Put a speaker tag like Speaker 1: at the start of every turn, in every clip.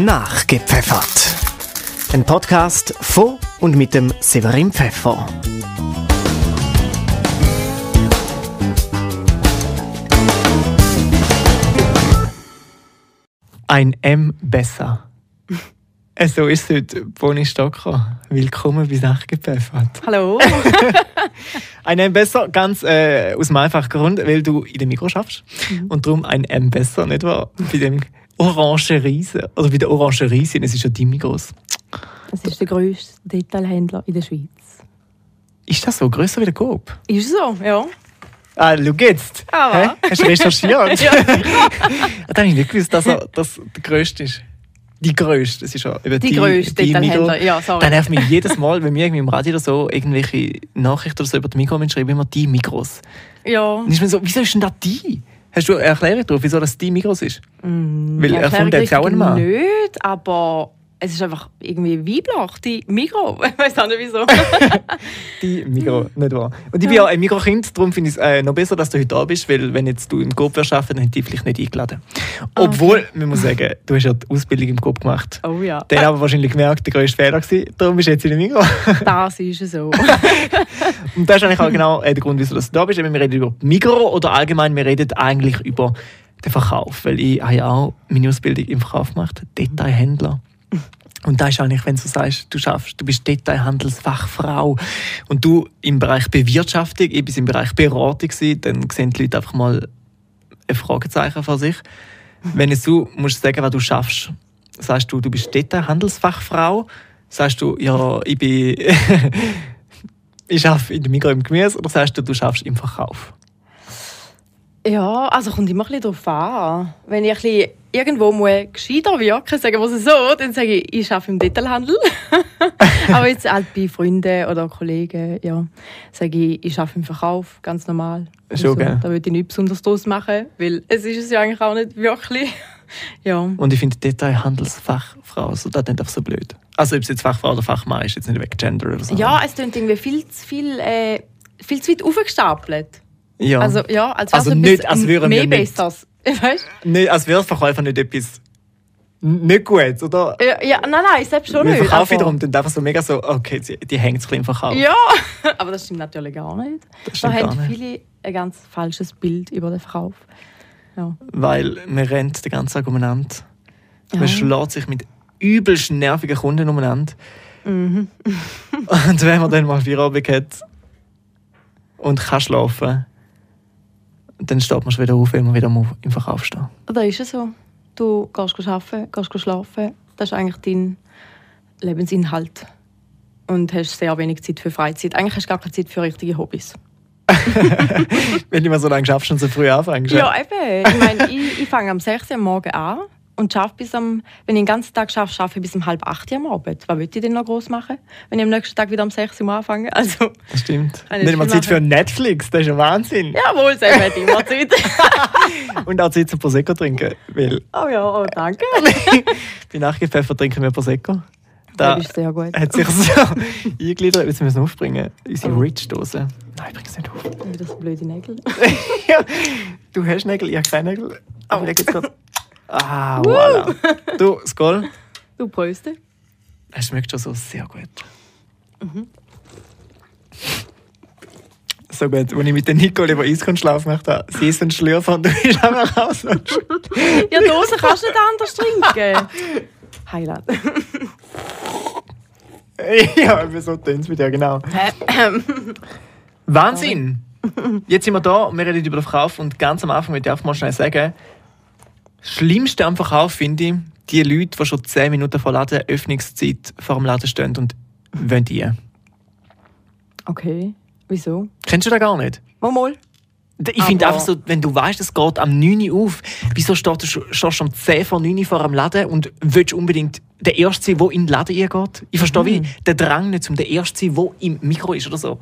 Speaker 1: Nachgepfeffert. Ein Podcast von und mit dem Severin Pfeffer. Ein M besser. Äh, So ist es heute, Boni Stocker. Willkommen bei Nachgepfeffert.
Speaker 2: Hallo.
Speaker 1: Ein M besser, ganz äh, aus dem einfachen Grund, weil du in dem Mikro schaffst. Und darum ein M besser, nicht wahr? Bei dem Orange Riesen. Oder bei der Orange Riesen, es ist ja dein Migros.
Speaker 2: Das ist der grösste Detailhändler in der Schweiz.
Speaker 1: Ist das so? Größer wie der Coop?
Speaker 2: Ist so, ja.
Speaker 1: Ah, schau jetzt.
Speaker 2: Ah,
Speaker 1: Hä? Hast du recherchiert?
Speaker 2: Ja.
Speaker 1: Das habe ich nicht gewusst, dass er dass der Größte ist. Die Größte, das ist ja eben
Speaker 2: Die grösste
Speaker 1: die Migros.
Speaker 2: Detailhändler. Ja, sorry.
Speaker 1: Dann nervt mich jedes Mal, wenn mir irgendwie im Radio oder so irgendwelche Nachrichten oder so über die Migros kommen, schreiben immer die Migros.
Speaker 2: Ja.
Speaker 1: Dann ist man so, wieso ist denn das die? Hast du eine Erklärung darauf, wieso das die Migros ist? Weil
Speaker 2: Ja,
Speaker 1: erfunden hat es auch ein
Speaker 2: richtig
Speaker 1: Mann.
Speaker 2: Nicht, aber es ist einfach irgendwie weiblich, die Mikro. Ich weiß auch nicht wieso.
Speaker 1: Die Migros,
Speaker 2: Mhm.
Speaker 1: nicht wahr? Und ich bin ja ein Mikrokind, darum finde ich es äh, noch besser, dass du heute da bist, weil wenn jetzt du im GoP wärst, arbeiten, dann hätte ich dich vielleicht nicht eingeladen.
Speaker 2: Ah,
Speaker 1: Obwohl, man muss sagen, du hast ja die Ausbildung im GoP gemacht.
Speaker 2: Oh ja.
Speaker 1: Der hat aber wahrscheinlich gemerkt, der größte Fehler war, darum bist du jetzt in der Migros.
Speaker 2: Das ist so.
Speaker 1: Und das ist eigentlich auch genau äh, der Grund, wieso dass du da bist. Eben, wir reden über Migro oder allgemein, wir reden eigentlich über den Verkauf. Weil ich habe ja auch meine Ausbildung im Verkauf gemacht, Detailhändler. Und da ist eigentlich, wenn du so sagst, du schaffst, du bist Detailhandelsfachfrau und du im Bereich Bewirtschaftung, ich bin im Bereich Beratung, gewesen, dann sehen die Leute einfach mal ein Fragezeichen vor sich. Wenn jetzt du musst sagen, was du schaffst, sagst du, du bist Detailhandelsfachfrau, sagst du, ja, ich bin ich arbeite in der Migros im Gemüse oder sagst du, du arbeitest im Verkauf?
Speaker 2: Ja, also kommt immer ein bisschen darauf an. Wenn ich ein bisschen irgendwo muss gescheiter wirken, sagen wir es so, dann sage ich, ich arbeite im Detailhandel. aber jetzt halt bei Freunden oder Kollegen, ja, sage ich, ich arbeite im Verkauf, ganz normal. Also,
Speaker 1: Schon, gell?
Speaker 2: Da würde ich nichts besonders draus machen, weil es ist es ja eigentlich auch nicht wirklich. ja.
Speaker 1: Und ich finde Detailhandelsfachfrau, so, das klingt einfach so blöd. Also ob es jetzt Fachfrau oder Fachmann ist, jetzt nicht weg Gender oder so.
Speaker 2: Ja, es klingt irgendwie viel zu viel, äh, viel zu weit aufgestapelt.
Speaker 1: ja.
Speaker 2: Also ja, als wär's
Speaker 1: Also
Speaker 2: etwas
Speaker 1: nicht, als wären wir
Speaker 2: mehr
Speaker 1: nicht.
Speaker 2: Besseres. Weißt?
Speaker 1: nicht, als wäre Verkäufer also, nicht etwas n- nicht gut, oder?
Speaker 2: Ja, ja, nein, nein, ich selbst schon
Speaker 1: Wir
Speaker 2: nicht. Also,
Speaker 1: verkaufen
Speaker 2: aber-
Speaker 1: wiederum dann einfach so mega so, okay, die, die hängt es ein bisschen im Verkauf.
Speaker 2: Ja, aber das stimmt natürlich gar nicht. da
Speaker 1: stimmt gar
Speaker 2: haben
Speaker 1: nicht.
Speaker 2: viele ein ganz falsches Bild über den Verkauf. Ja.
Speaker 1: Weil man rennt den ganzen Tag umeinander.
Speaker 2: Ja.
Speaker 1: Man schlägt sich mit übelst nervigen Kunden umeinander.
Speaker 2: Mhm.
Speaker 1: und wenn man dann mal Feierabend hat und kann schlafen, dann steht man schon wieder auf, wenn man wieder mal im Verkauf steht.
Speaker 2: Da ist es so. Du gehst arbeiten, gehst schlafen. Das ist eigentlich dein Lebensinhalt. Und hast sehr wenig Zeit für Freizeit. Eigentlich hast du gar keine Zeit für richtige Hobbys.
Speaker 1: Wenn du mal so lange schaffst und so früh anfängst.
Speaker 2: Ja, eben. Ich meine, ich, ich fange am 6. Uhr am Morgen an und schaffe bis am, wenn ich den ganzen Tag schaffe, schaffe ich bis um halb 8 Uhr am Abend. Was will ich denn noch groß machen, wenn ich am nächsten Tag wieder am 6. Uhr anfange? Also,
Speaker 1: Das stimmt.
Speaker 2: Kann ich
Speaker 1: Nicht mal
Speaker 2: viel
Speaker 1: Zeit für
Speaker 2: machen.
Speaker 1: Netflix, das ist ja Wahnsinn.
Speaker 2: jawohl, selber hätte ich immer Zeit.
Speaker 1: Und auch Zeit zum Prosecco trinken, weil
Speaker 2: Oh ja, oh, danke.
Speaker 1: bei Nachgepfeffer trinken wir Prosecco. Da
Speaker 2: Das ist sehr gut.
Speaker 1: hat sich so eingegliedert. Jetzt müssen wir aufbringen.
Speaker 2: Oh.
Speaker 1: Unsere Rich-Dose. Nein, bring es nicht auf.
Speaker 2: Wieder so Oh, blöde Nägel.
Speaker 1: Ja. Du hast Nägel, ich habe keine Nägel. Aber
Speaker 2: Oh.
Speaker 1: der geht's gerade. Ah, voilà. Du, Skoll,
Speaker 2: Du Pröste.
Speaker 1: es schmeckt schon so sehr gut.
Speaker 2: Mhm.
Speaker 1: So gut, als ich mit der Nicole über Eiskunstschlaf gemacht habe, sie ist ein Schlürfer und du bist einfach raus.
Speaker 2: Ja, Dosen kannst du nicht anders trinken. Highlight.
Speaker 1: ja, eben so tönt mit dir, genau.
Speaker 2: Ähm,
Speaker 1: Wahnsinn! Jetzt sind wir da und wir reden über den Verkauf und ganz am Anfang möchte ich einfach mal schnell sagen, das Schlimmste am Verkauf finde ich, die Leute, die schon 10 Minuten vor Ladenöffnungszeit vor dem Laden stehen und wollen die.
Speaker 2: okay, wieso?
Speaker 1: Kennst du das gar nicht?
Speaker 2: Momol.
Speaker 1: Ich finde
Speaker 2: Aber-
Speaker 1: einfach so, wenn du weißt, es geht am 9 Uhr auf, wieso stehst du sch- stehst am 10 vor 9 Uhr vor einem Laden und willst unbedingt der Erste sein, der in den Laden reingeht? Ich verstehe wie den Drang nicht, um der Erste zu sein, der im Mikro ist oder so.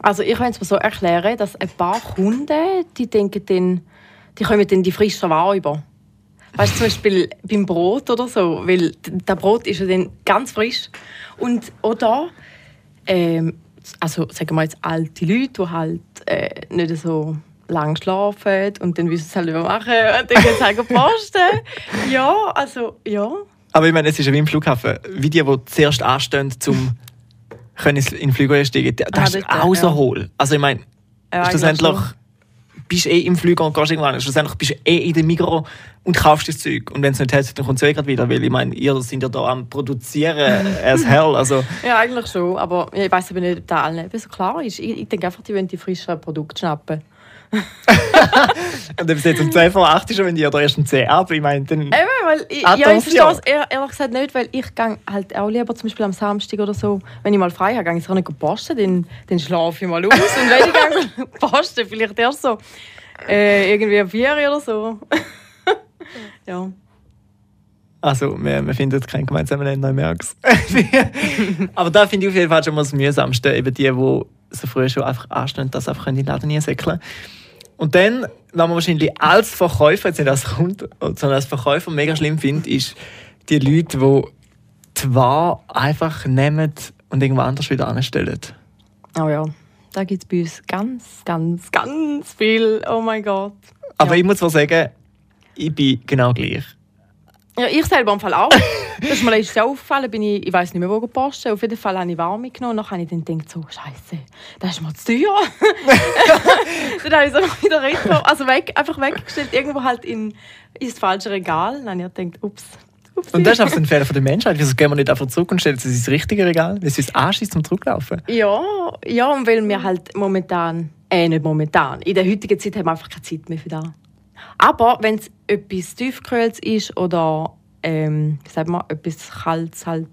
Speaker 2: Also ich kann es mir so erklären, dass ein paar Kunden, die denken dann, die kommen dann die frische Ware über. Weißt du, zum Beispiel beim Brot oder so, weil d- der Brot ist ja dann ganz frisch. Und oder, ähm, also sagen wir jetzt alte Leute, die halt äh, nicht so lang schlafen und dann wissen sie halt, was machen und dann können sie halt posten. ja, also, ja.
Speaker 1: Aber ich meine, es ist ja wie im Flughafen. Wie die, die zuerst anstehen, um können in den Flieger einsteigen, da- da
Speaker 2: Ah,
Speaker 1: ist
Speaker 2: dort,
Speaker 1: auch so
Speaker 2: ja.
Speaker 1: hohl. Also ich meine,
Speaker 2: ja
Speaker 1: schlussendlich
Speaker 2: eigentlich
Speaker 1: bist du eh im Flieger und gehst irgendwann. Schlussendlich bist du eh in der Migros und kaufst das Zeug. Und wenn es nicht hält, dann kommt es eh gerade wieder. Weil ich meine, ihr seid ja da am Produzieren as hell. Also
Speaker 2: schon. Ja, eigentlich schon, aber ich weiß aber nicht, ob das allen eben so klar ist. Ich, ich denke einfach, die wollen die frischen Produkte schnappen.
Speaker 1: Und wenn es jetzt um 10 vor 8 ist und wenn ihr da erst um 10 ab, ich meine, dann...
Speaker 2: Eben, weil ich, ja, ich
Speaker 1: Attention.
Speaker 2: verstehe es ehr- ehrlich gesagt nicht, weil ich gehe halt auch lieber zum Beispiel am Samstag oder so, wenn ich mal frei habe, gehe ich auch nicht posten, dann, dann schlafe ich mal aus. Und wenn ich gehe posten, vielleicht erst so äh, irgendwie ein Bier oder so. ja.
Speaker 1: Also, wir, wir finden keinen gemeinsamen Nenner, ich merk's. Aber da finde ich auf jeden Fall schon mal das Mühsamste, eben die, die so früh schon einfach anstehen, dass sie einfach in den Laden reinsäckeln Und dann, was man wahrscheinlich als Verkäufer, jetzt nicht als Kunde, sondern als Verkäufer mega schlimm findet, ist die Leute, die die Ware einfach nehmen und irgendwo anders wieder anstellen.
Speaker 2: Oh ja, da gibt es bei uns ganz, ganz, ganz viel. Oh mein Gott.
Speaker 1: Aber
Speaker 2: Ja.
Speaker 1: ich muss zwar sagen, ich bin genau gleich.
Speaker 2: Ja, ich selber im Fall auch. Das ist mir letztes Jahr aufgefallen, bin ich, ich weiß nicht mehr, wo gepostet. Auf jeden Fall habe ich warm mitgenommen. Dann habe ich dann gedacht, so, Scheiße, das ist mir zu teuer. dann habe ich es einfach wieder retour, also weg, einfach weggestellt, irgendwo halt in, ins falsche Regal. Dann habe ich gedacht, ups. ups.
Speaker 1: Und das ist einfach so ein Fehler von der Menschheit. Wieso gehen wir nicht einfach zurück und stellen sie ins richtige Regal? Weil es uns anschießt zum Zurücklaufen.
Speaker 2: Ja, ja, und weil wir halt momentan, äh, nicht momentan, in der heutigen Zeit haben wir einfach keine Zeit mehr für das. Aber wenn es etwas tiefgekühltes ist oder, ähm, wie sagt man, etwas kaltes halt,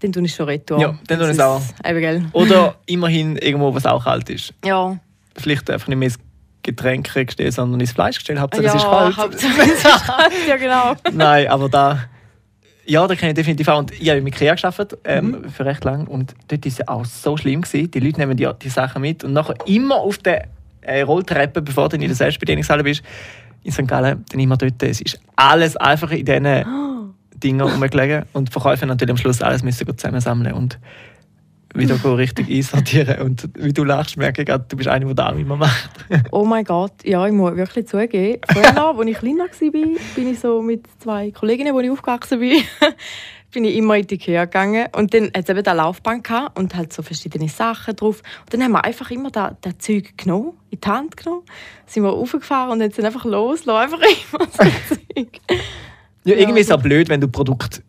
Speaker 2: dann tue ich es schon retour.
Speaker 1: Ja, dann tue Oh, ich es
Speaker 2: Das ist Eben, gell?
Speaker 1: Oder immerhin irgendwo, was auch kalt ist.
Speaker 2: Ja.
Speaker 1: Vielleicht einfach nicht mehr ins Getränkegestell, sondern ins Fleischgestell. Hauptsache,
Speaker 2: Ah ja,
Speaker 1: es ist kalt.
Speaker 2: Hauptsache, es ist kalt. Ja, genau.
Speaker 1: Nein, aber da... Ja, da kenne ich definitiv auch. Und ich habe mit Ikea gearbeitet, ähm, für recht lang. Und dort war es ja auch so schlimm. Gewesen. Die Leute nehmen die, die Sachen mit und nachher immer auf der äh, Rolltreppe, bevor du in der Selbstbedienungshalle bist, in St. Gallen, dann immer dort. Es ist alles einfach in diesen Dingen rumgelegen. Und die Verkäufer natürlich am Schluss alles müssen gut zusammensammeln und wieder go richtig einsortieren. Und wie du lachst, merke ich gerade, du bist einer, der das auch immer macht.
Speaker 2: Oh mein Gott, ja, ich muss wirklich zugeben. Vorher, als ich kleiner war, bin ich so mit zwei Kolleginnen, wo ich aufgewachsen bin, bin ich immer in die Ikea gegangen. Und dann hat es eben eine Laufband gehabt und halt so verschiedene Sachen drauf. Und dann haben wir einfach immer das, das Zeug genommen, in die Hand genommen, sind wir raufgefahren und dann sind einfach losgelassen, einfach immer so Zeug.
Speaker 1: Ja, irgendwie
Speaker 2: Ja.
Speaker 1: ist es auch blöd, wenn du Produkte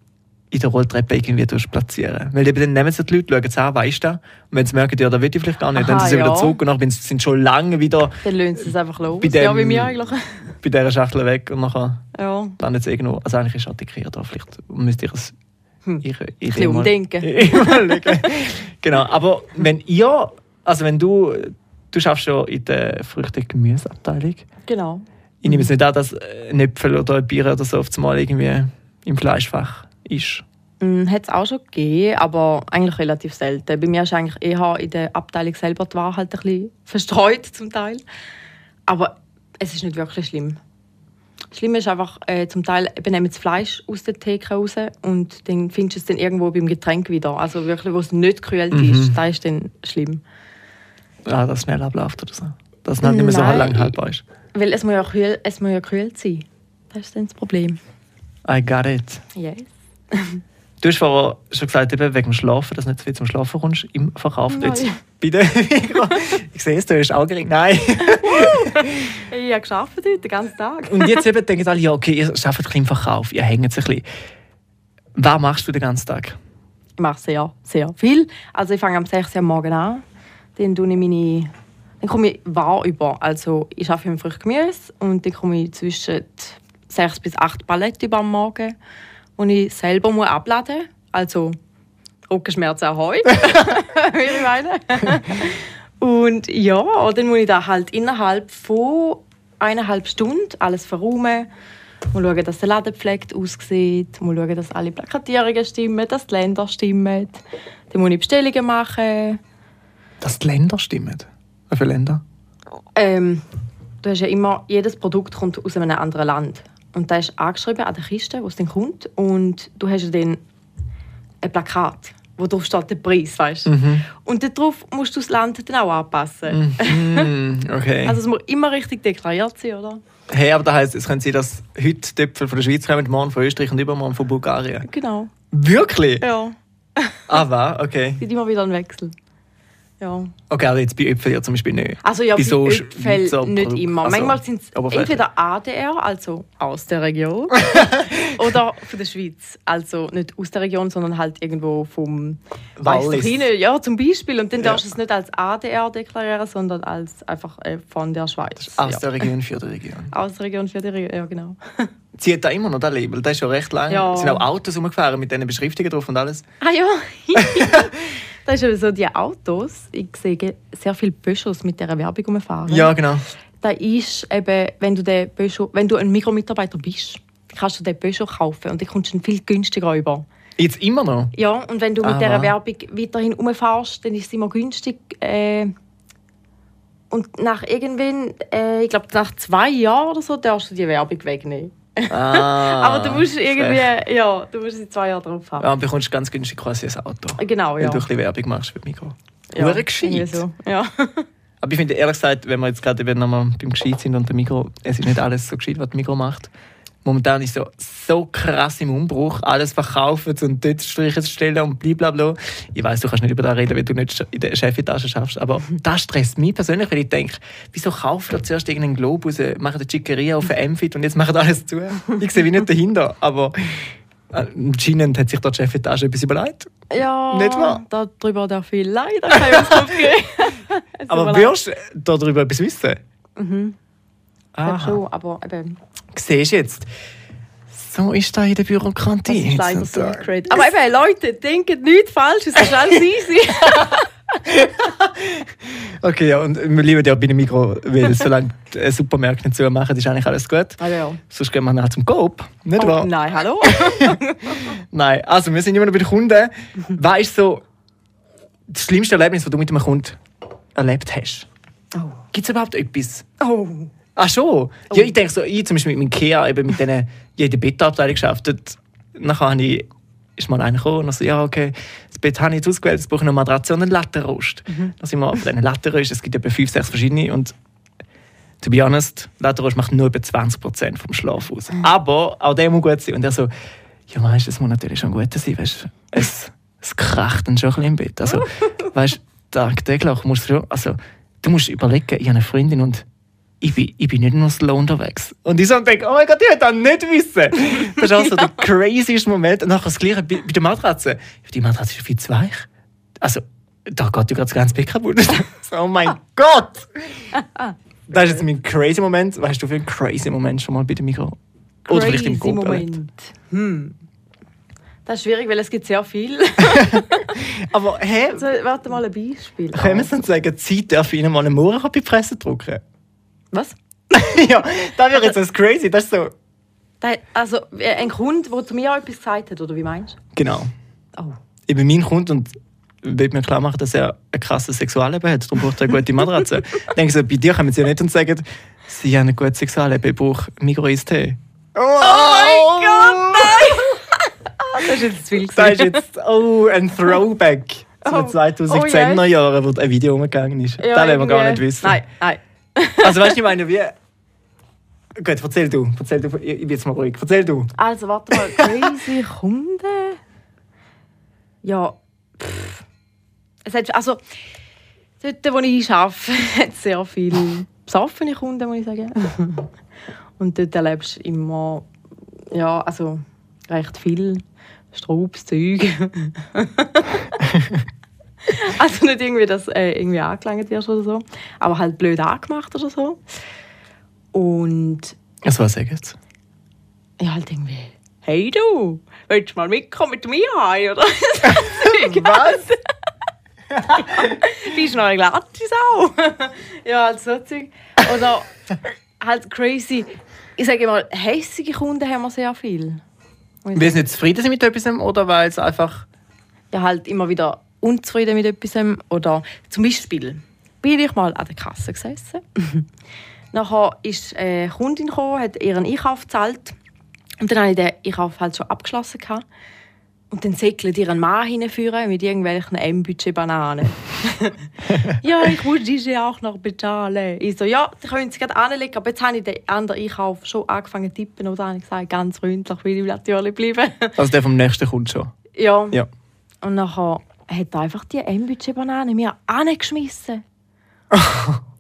Speaker 1: in der Rolltreppe irgendwie tust platzieren Weil eben dann nehmen sie die Leute, schauen es an, weißt du Und wenn sie merken, ja, da will ich vielleicht gar nicht, dann
Speaker 2: Aha,
Speaker 1: sind sie wieder
Speaker 2: ja.
Speaker 1: zurück und dann bin- sind sie schon lange wieder
Speaker 2: Dann lösen sie es einfach los.
Speaker 1: Bei dem-
Speaker 2: ja, wie mir eigentlich.
Speaker 1: bei dieser Schachtel weg und nachher
Speaker 2: Ja.
Speaker 1: landet sie irgendwo. Also eigentlich ist auch die Ikea da, vielleicht müsst ihr es
Speaker 2: Hm.
Speaker 1: ihre Idee
Speaker 2: bisschen
Speaker 1: mal-
Speaker 2: umdenken.
Speaker 1: Überlegen. genau, aber wenn ihr, also wenn du, du schaffst ja in der Früchte- und Gemüseabteilung,
Speaker 2: Genau.
Speaker 1: ich nehme es nicht an, dass äh, ein Äpfel oder ein Bier oder so auf einmal irgendwie im Fleischfach ist.
Speaker 2: Hat es Mm, auch schon gegeben, aber eigentlich relativ selten. Bei mir ist eigentlich eher in der Abteilung selber die Ware halt ein bisschen verstreut zum Teil. Aber es ist nicht wirklich schlimm. Schlimm ist einfach, äh, zum Teil eben nehmen sie das Fleisch aus der Theke raus und dann findest du es dann irgendwo beim Getränk wieder. Also wirklich, wo es nicht gekühlt ist, das ist dann schlimm.
Speaker 1: ah, das schnell abläuft oder so. Dass es halt nicht mehr so
Speaker 2: Nein.
Speaker 1: lang haltbar ist.
Speaker 2: Weil es muss ja kühl, es muss ja kühl sein. Das ist dann das Problem.
Speaker 1: I got it.
Speaker 2: Yes.
Speaker 1: Du hast vorher schon gesagt, eben wegen dem Schlafen, dass du nicht zu viel zum Schlafen kommst im Verkauf.
Speaker 2: Nein.
Speaker 1: Jetzt bei der Ich sehe es, du hast auch gering. Nein.
Speaker 2: Ich habe geschafft heute den ganzen Tag.
Speaker 1: Und jetzt eben denken alle, ja, okay, ihr arbeitet ein bisschen im Verkauf, ihr hängt ein bisschen. Was machst du den ganzen Tag?
Speaker 2: Ich mache sehr, sehr viel. Also ich fange am 6 Uhr am Morgen an. Dann, tue ich meine, dann komme ich wahr über. Also ich arbeite im Früchtgemüse und dann komme ich zwischen 6 bis 8 Paletten über am Morgen, die ich selber muss abladen muss. Also Rückenschmerzen ahoi, wie ich meine. Und ja, dann muss ich da halt innerhalb von eineinhalb Stunden alles verräumen. Mal schauen, dass der Laden gepflegt aussieht. Mal schauen, dass alle Plakatierungen stimmen, dass die Länder stimmen. Dann muss ich Bestellungen machen.
Speaker 1: Dass die Länder stimmen. Wie viele Länder?
Speaker 2: Ähm, du hast ja immer, jedes Produkt kommt aus einem anderen Land. Und das ist angeschrieben an der Kiste, wo es dann kommt. Und du hast ja dann ein Plakat. wo drauf steht der Preis, weißt du?
Speaker 1: Mhm.
Speaker 2: Und darauf musst du das Land dann auch anpassen.
Speaker 1: Mhm. Okay.
Speaker 2: Also es muss immer richtig deklariert sein, oder?
Speaker 1: hey, aber das heisst, es können sein, dass heute die Äpfel von der Schweiz kommen, morgen von Österreich und übermorgen von Bulgarien.
Speaker 2: Genau,
Speaker 1: Wirklich?
Speaker 2: ja.
Speaker 1: Ah, was? Okay.
Speaker 2: Es gibt immer wieder einen Wechsel. Ja.
Speaker 1: Okay, aber jetzt bei Äpfeln ja zum Beispiel nicht.
Speaker 2: Also ja, bei
Speaker 1: Wieso Sch-
Speaker 2: Öpfel
Speaker 1: Schweizer
Speaker 2: nicht
Speaker 1: Produkt-
Speaker 2: immer.
Speaker 1: also,
Speaker 2: Manchmal sind es
Speaker 1: Oberfläche.
Speaker 2: entweder ADR, also aus der Region, oder von der Schweiz, also nicht aus der Region, sondern halt irgendwo vom weiss
Speaker 1: Wallis.
Speaker 2: doch hinein, ja zum Beispiel. Und dann
Speaker 1: Ja.
Speaker 2: darfst du es nicht als ADR deklarieren, sondern als einfach äh, von der Schweiz.
Speaker 1: Aus
Speaker 2: ja.
Speaker 1: der Region für die Region.
Speaker 2: aus der Region für die Region, ja genau.
Speaker 1: Zieht da immer noch das Label? Das ist schon recht lang.
Speaker 2: Ja.
Speaker 1: Es sind auch Autos rumgefahren mit diesen Beschriftungen drauf und alles.
Speaker 2: Ah ja, das ist eben so, die Autos, ich sehe sehr viele Böschos mit dieser Werbung rumfahren.
Speaker 1: Ja, genau.
Speaker 2: Da ist eben, wenn du, den Peugeot, wenn du ein Mikromitarbeiter bist, kannst du den Peugeot kaufen und den kommst du dann viel günstiger über.
Speaker 1: Jetzt immer noch?
Speaker 2: Ja, und wenn du mit
Speaker 1: Aha.
Speaker 2: dieser Werbung weiterhin rumfährst, dann ist es immer günstig. Äh, und nach irgendwann, äh, ich glaube nach zwei Jahren oder so, darfst du die Werbung wegnehmen.
Speaker 1: Ah,
Speaker 2: Aber du musst irgendwie,
Speaker 1: schlecht.
Speaker 2: ja, du musst sie zwei Jahre drauf haben.
Speaker 1: Ja, und bekommst ganz günstig quasi ein Auto.
Speaker 2: Genau,
Speaker 1: Wenn
Speaker 2: ja.
Speaker 1: du ein bisschen Werbung machst für die Mikro.
Speaker 2: ja.
Speaker 1: Hure gescheit.
Speaker 2: irgendwie So. Ja.
Speaker 1: Aber ich finde ehrlich gesagt, wenn wir jetzt gerade eben nochmal beim Gescheit sind und der Mikro, es ist nicht alles so gescheit, was die Mikro macht. Momentan ist so, so krass im Umbruch, alles verkaufen und dort Striche zu stellen und blablabla. Ich weiß, du kannst nicht über das reden, wenn du nicht in der Chefetage schaffst, aber das stresst mich persönlich, weil ich denke, wieso kauft ihr zuerst irgendeinen Globus, äh, macht eine Chicaria auf ein M-Fit und jetzt macht alles zu? Ich sehe wie nicht dahinter, aber äh, anscheinend hat sich dort die Chefetage etwas überlegt.
Speaker 2: ja.
Speaker 1: Nicht wahr?
Speaker 2: Darüber darf ich leider keine Auskunft geben. Es
Speaker 1: Aber
Speaker 2: tut mir leid.
Speaker 1: wirst du darüber etwas wissen?
Speaker 2: Ich
Speaker 1: Aha.
Speaker 2: glaub schon, aber eben,
Speaker 1: siehst jetzt, so ist da in der
Speaker 2: das
Speaker 1: Bürokratie.
Speaker 2: ist leider so
Speaker 1: heutzutage.
Speaker 2: great. Aber eben, Leute, denkt nichts falsch, es ist alles easy.
Speaker 1: okay, ja, und wir lieben ja bei dem Mikro, weil solange die äh, Supermärkte nicht zu machen, ist eigentlich alles gut.
Speaker 2: Ah, ja.
Speaker 1: Sonst gehen wir nachher zum Coop, nicht
Speaker 2: Oh,
Speaker 1: wahr?
Speaker 2: nein, hallo?
Speaker 1: Nein, also wir sind immer noch bei den Kunden. Was ist so das schlimmste Erlebnis, das du mit einem Kunden erlebt hast?
Speaker 2: Oh.
Speaker 1: Gibt es überhaupt etwas?
Speaker 2: Oh.
Speaker 1: Ach schon? Ja, ich denke so, ich zum Beispiel mit meinem Kia, eben mit denen, jede Bettabteilung gearbeitet. Nachher habe ich, ist mal einer gekommen und dann so, ja, okay, das Bett habe ich jetzt ausgewählt, jetzt brauche ich noch eine Matratze und einen Lattenrost. Dann sind wir auf diesen Lattenrost, es gibt etwa fünf, sechs verschiedene und to be honest, Lattenrost macht nur über 20% vom Schlaf aus. Aber auch der muss gut sein. Und er so, ja weißt, es muss natürlich schon gut sein, weißt, es, es kracht dann schon ein bisschen im Bett. Also, weißt, tagtäglich musst du schon, also, du musst überlegen, ich habe eine Freundin und ich bin, ich bin nicht nur slow unterwegs. Und ich so denke, oh mein Gott, ich hätte das nicht wissen. Das ist also der crazyste Moment. Und nachher das Gleiche bei, bei der Matratze. Ja, Die Matratze ist viel zu weich. Also, da geht ja gerade das ganze Bett kaputt. So, oh mein Gott! Das ist jetzt mein crazy Moment. Weißt du, für einen crazy Moment schon mal bei dem Mikro?
Speaker 2: Oh,
Speaker 1: Oder vielleicht im
Speaker 2: Crazy
Speaker 1: Kopf.
Speaker 2: Moment. Hm. Das ist schwierig, weil es gibt sehr viel.
Speaker 1: Aber hey,
Speaker 2: Also, warte mal ein Beispiel.
Speaker 1: können wir es dann sagen, die Zeit darf ich Ihnen mal einen Mauer bei die Presse drucken?
Speaker 2: Was?
Speaker 1: ja, das wäre jetzt das crazy. Das ist so.
Speaker 2: Da- Also, äh, ein Kunde, der zu mir auch etwas gesagt hat, oder wie meinst
Speaker 1: Genau.
Speaker 2: du? Oh.
Speaker 1: Ich bin mein Kunde und will mir klar machen, dass er ein krasses Sexualleben hat. Darum braucht er eine gute Matratze. ich denke so, bei dir kommen sie ja nicht und sagen, sie haben ein gutes Sexualleben, ich brauche Migros-Tee. Oh, mein Gott,
Speaker 2: Das ist jetzt zu viel.
Speaker 1: Das ist jetzt oh, ein Throwback zu den
Speaker 2: Oh.
Speaker 1: 2010er
Speaker 2: Oh, yes.
Speaker 1: Jahren, wo ein Video umgegangen ist. das wollen wir gar nicht
Speaker 2: irgendwie.
Speaker 1: wissen.
Speaker 2: Nein, nein.
Speaker 1: Also weißt du, ich meine, wie... Gut, erzähl du. Erzähl du. Ich ich bin jetzt mal ruhig. Erzähl du.
Speaker 2: Also, warte mal, crazy Kunde? Ja, pff. Es hat, also, dort, wo ich arbeite, hat es sehr viele besoffene Kunden, muss ich sagen. Und dort erlebst du immer, ja, also, recht viel strubes Zeug. also nicht irgendwie, dass äh, irgendwie angelangt wirst oder so, aber halt blöd angemacht oder so. Und
Speaker 1: Also was sagst jetzt?
Speaker 2: ja, halt irgendwie. Hey du, willst du mal mitkommen mit mir heim, oder?
Speaker 1: Was?
Speaker 2: Bist du noch eine glatte Sau? ja, halt so Zeug. Oder halt crazy. Ich sage immer, hässige Kunden haben wir sehr viel.
Speaker 1: Weil sie nicht zufrieden sind mit etwas oder weil es einfach...
Speaker 2: Ja, halt immer wieder unzufrieden mit etwas. Oder zum Beispiel bin ich mal an der Kasse gesessen. Nachher ist äh, eine Kundin gekommen, hat ihren Einkauf gezahlt. Und dann habe ich den Einkauf halt schon abgeschlossen. gehabt. Und dann säckeln die einen Mann hinführen mit irgendwelchen M-Budget-Bananen. ja, ich muss diese auch noch bezahlen. Ich so, ja, die können sie gerade anlegen. Aber jetzt habe ich den anderen Einkauf schon angefangen zu tippen. Oder habe ich gesagt, ganz freundlich will ich natürlich bleiben.
Speaker 1: Also der vom nächsten kommt schon.
Speaker 2: ja.
Speaker 1: Ja.
Speaker 2: Und nachher hat er einfach die M-Budget-Banane mir angeschmissen.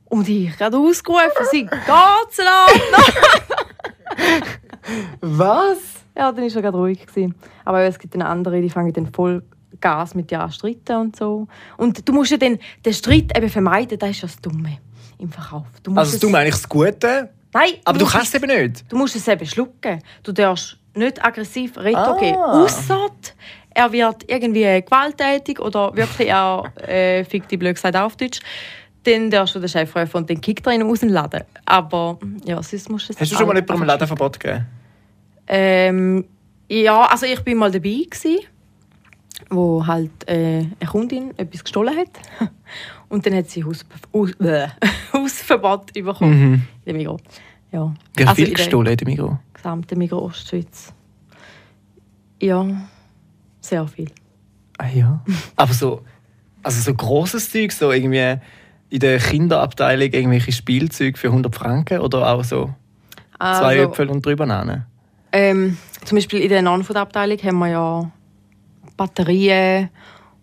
Speaker 2: Und ich gerade ausgerufen, sie geht's noch.
Speaker 1: Was?
Speaker 2: Ja, dann war er gerade ruhig. Gewesen. Aber es gibt dann andere, die fangen dann voll Gas mit dir an zu streiten und so. Und du musst ja dann den Streit eben vermeiden, das ist ja das Dumme im Verkauf. Du musst
Speaker 1: Also
Speaker 2: es-
Speaker 1: du meinst eigentlich das Gute,
Speaker 2: Nein,
Speaker 1: aber du
Speaker 2: musst
Speaker 1: kannst es eben nicht.
Speaker 2: Du musst es eben schlucken. Du darfst nicht aggressiv Reto
Speaker 1: Ah.
Speaker 2: geben. Ausser er wird irgendwie gewalttätig oder wirklich er äh, fickt die Blödsinn auf Deutsch. Dann darfst du den Chef rufen und den Kick ihn aus dem Laden. Aber ja, sonst musst du es
Speaker 1: Hast du schon mal jemandem ein
Speaker 2: einfach
Speaker 1: Ladenverbot gegeben?
Speaker 2: ähm, ja, also ich bin mal dabei gsi, wo halt äh, eine Kundin etwas gestohlen hat und dann hat sie Haus, Haus, bäh, Hausverbot bekommen.
Speaker 1: Mhm.
Speaker 2: In der Migro. Ja.
Speaker 1: Ich habe
Speaker 2: Also
Speaker 1: viel
Speaker 2: in der
Speaker 1: gestohlen in der Migros.
Speaker 2: gesamten Migro Ostschweiz. Ja, sehr viel.
Speaker 1: Ah ja. Aber so, also so grosses Zeug, so irgendwie in der Kinderabteilung irgendwelche Spielzeuge für 100 Franken oder auch so zwei
Speaker 2: Also,
Speaker 1: Äpfel und drei Bananen.
Speaker 2: Ähm, zum Beispiel in der Non-Food-Abteilung haben wir ja Batterien